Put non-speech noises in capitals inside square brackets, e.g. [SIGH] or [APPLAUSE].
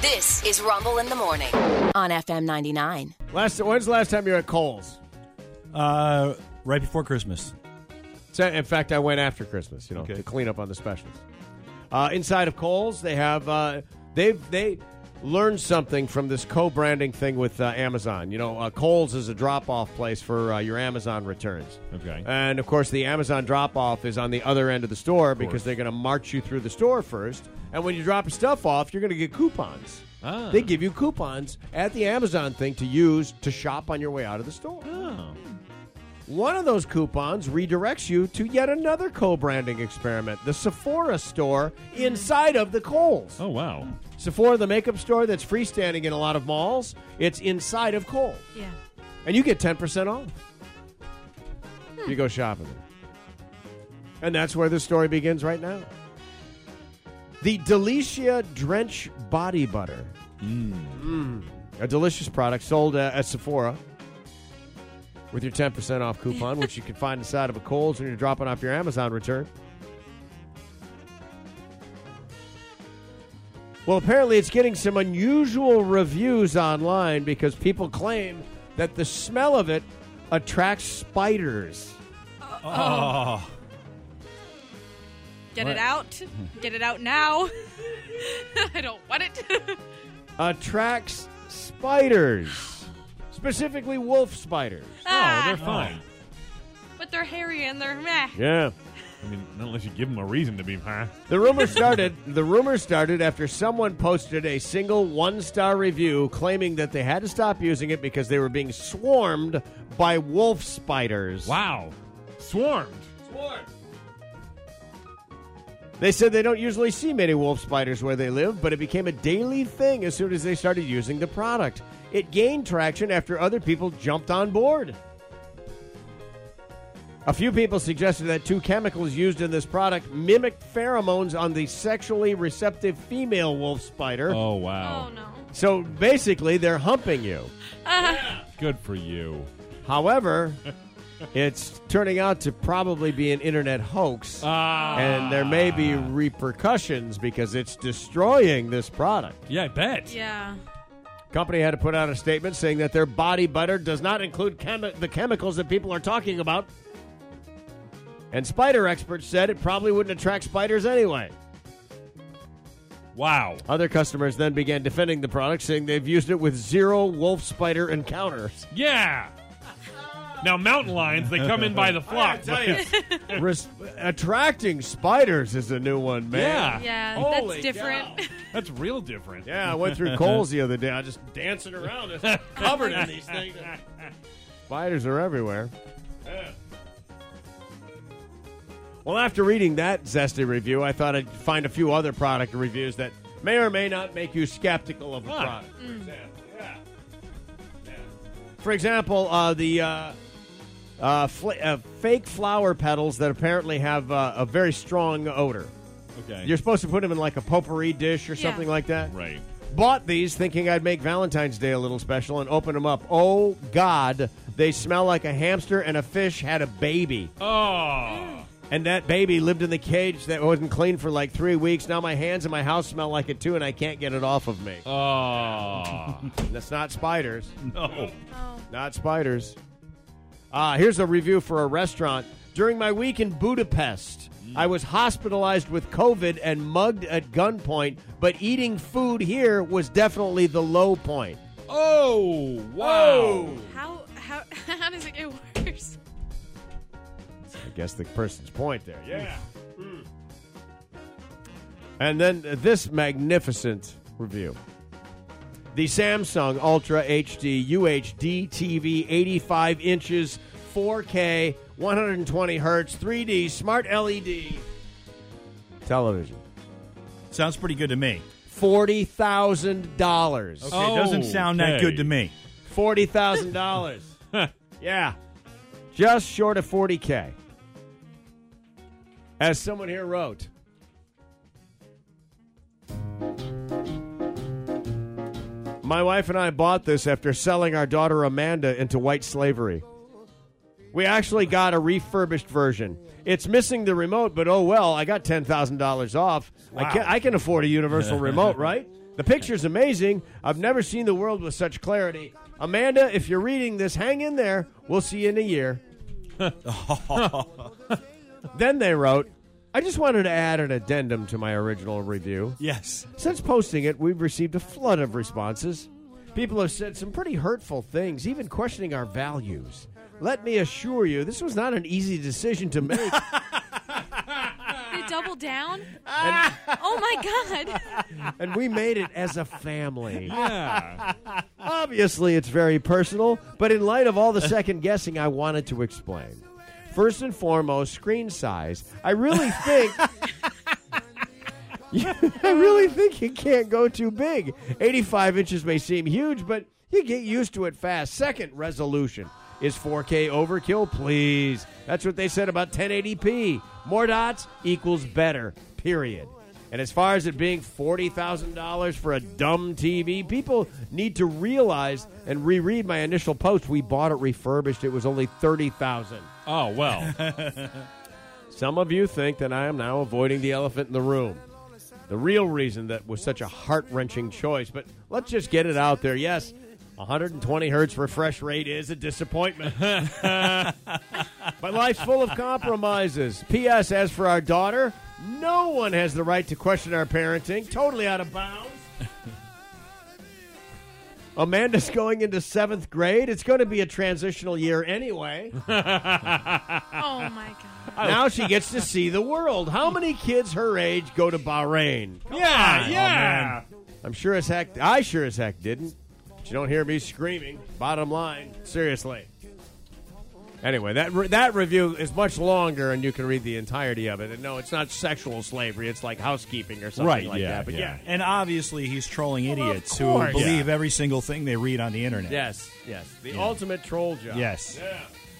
This is Rumble in the Morning on FM 99. Last, when's the last time you were at Cole's? Uh, right before Christmas. So, in fact, I went after Christmas, you know, Okay. to clean up on the specials. Uh, inside of Kohl's, they have uh, they've they learned something from this co-branding thing with uh, Amazon. You know, uh, Kohl's is a drop-off place for uh, your Amazon returns. Okay. And of course, the Amazon drop-off is on the other end of the store because course. they're going to march you through the store first, and when you drop stuff off, you're going to get coupons. Ah. They give you coupons at the Amazon thing to use to shop on your way out of the store. Oh. One of those coupons redirects you to yet another co-branding experiment, the Sephora store inside of the Kohl's. Oh wow. Sephora, the makeup store that's freestanding in a lot of malls, it's inside of Kohl's. Yeah. And you get 10% off. if You go shopping. And that's where the story begins right now. The Delicia Drench Body Butter. Mm. A delicious product sold uh, at Sephora with your 10% off coupon, which you can find inside of a Kohl's when you're dropping off your Amazon return. Well, apparently it's getting some unusual reviews online because people claim that the smell of it attracts spiders. Oh. Get What? it out. Get it out now. [LAUGHS] I don't want [LAUGHS] Oh, it. Attracts spiders. Specifically wolf spiders. Oh, they're ah, fine. but they're hairy and they're meh. Yeah. I mean, not unless you give them a reason to be huh? The rumor started [LAUGHS] the rumor started after someone posted a single one-star review claiming that they had to stop using it because they were being swarmed by wolf spiders. Wow. Swarmed. They said they don't usually see many wolf spiders where they live, but it became a daily thing as soon as they started using the product. It gained traction after other people jumped on board. A few people suggested that two chemicals used in this product mimicked pheromones on the sexually receptive female wolf spider. Oh wow. Oh no. So basically, they're humping you. Good for you. However, it's turning out to probably be an internet hoax. Ah. and there may be repercussions because it's destroying this product. Yeah, I bet. Yeah. Company had to put out a statement saying that their body butter does not include chemi- the chemicals that people are talking about. And spider experts said it probably wouldn't attract spiders anyway. Wow. Other customers then began defending the product, saying they've used it with zero wolf spider [LAUGHS] encounters. Yeah. Now mountain lions, they come in by [LAUGHS] the flock. [LAUGHS] Res- attracting spiders is a new one, man. Yeah. Yeah. Holy that's different. [LAUGHS] cow. That's real different. Yeah, I went through Coles the other day. I just dancing around, [LAUGHS] it's covered in these things. [LAUGHS] Spiders are everywhere. Well, after reading that zesty review, I thought I'd find a few other product reviews that may or may not make you skeptical of a Ah. product. For example, uh, the uh, uh, fl- uh, fake flower petals that apparently have uh, a very strong odor. Okay. You're supposed to put them in like a potpourri dish or Yeah. something like that. right. Bought these thinking I'd make Valentine's Day a little special and open them up. Oh, God. They smell like a hamster and a fish had a baby. Oh. And that baby lived in the cage that wasn't clean for like three weeks. Now my hands in my house smell like it too, and I can't get it off of me. [LAUGHS] Oh. That's not spiders. no. Oh. Not spiders. Uh, here's a review for a restaurant. During my week in Budapest, I was hospitalized with COVID and mugged at gunpoint, but eating food here was definitely the low point. Oh. Wow. How how [LAUGHS] how does it get worse? I guess the person's point there. Yeah. And then uh, this magnificent review. The Samsung Ultra HD UHD TV 85 inches 4K 120 hertz 3D smart LED television. Sounds pretty good to me. $40,000. Okay, it doesn't sound that Okay. good to me. Forty thousand dollars. yeah, just short of forty k. As someone here wrote. My wife and I bought this after selling our daughter Amanda into white slavery. We actually got a refurbished version. It's missing the remote, but oh well, I got $10,000 off. I, can, I can afford a universal remote, right? The picture's amazing. I've never seen the world with such clarity. Amanda, if you're reading this, hang in there. We'll see you in a year. then they wrote, I just wanted to add an addendum to my original review. Yes. Since posting it, we've received a flood of responses. People have said some pretty hurtful things, even questioning our values. Let me assure you, this was not an easy decision to make. They double down. [LAUGHS] oh my god. [LAUGHS] and we made it as a family. Yeah. Obviously, it's very personal, but in light of all the second guessing, I wanted to explain. First and foremost, screen size. I really think. I really think you can't go too big. 85 inches may seem huge, but you get used to it fast. Second, resolution. Is 4K overkill? Please. That's what they said about 1080p. More dots equals better, period. And as far as it being $40,000 for a dumb TV, people need to realize and reread my initial post. We bought it refurbished, it was only 30000 Oh well. some of you think that I am now avoiding the elephant in the room. The real reason that was such a heart wrenching choice, but let's just get it out there. Yes, 120 hertz refresh rate is a disappointment. but life's full of compromises. P.S. As for our daughter, no one has the right to question our parenting. Totally out of bounds. Amanda's going into seventh grade. It's going to be a transitional year anyway. Oh my god. Now she gets to see the world. How many kids her age go to Bahrain? [LAUGHS] yeah. Yeah. I'm sure as heck, I sure as heck didn't. But you don't hear me screaming. Bottom line, seriously. Anyway, that re- that review is much longer, and you can read the entirety of it. And no, it's not sexual slavery; it's like housekeeping or something Right, like yeah, that. But yeah, yeah. And obviously, he's trolling Well, of idiots course. who believe every single thing they read on the internet. yes, yes, the ultimate troll job. Yes.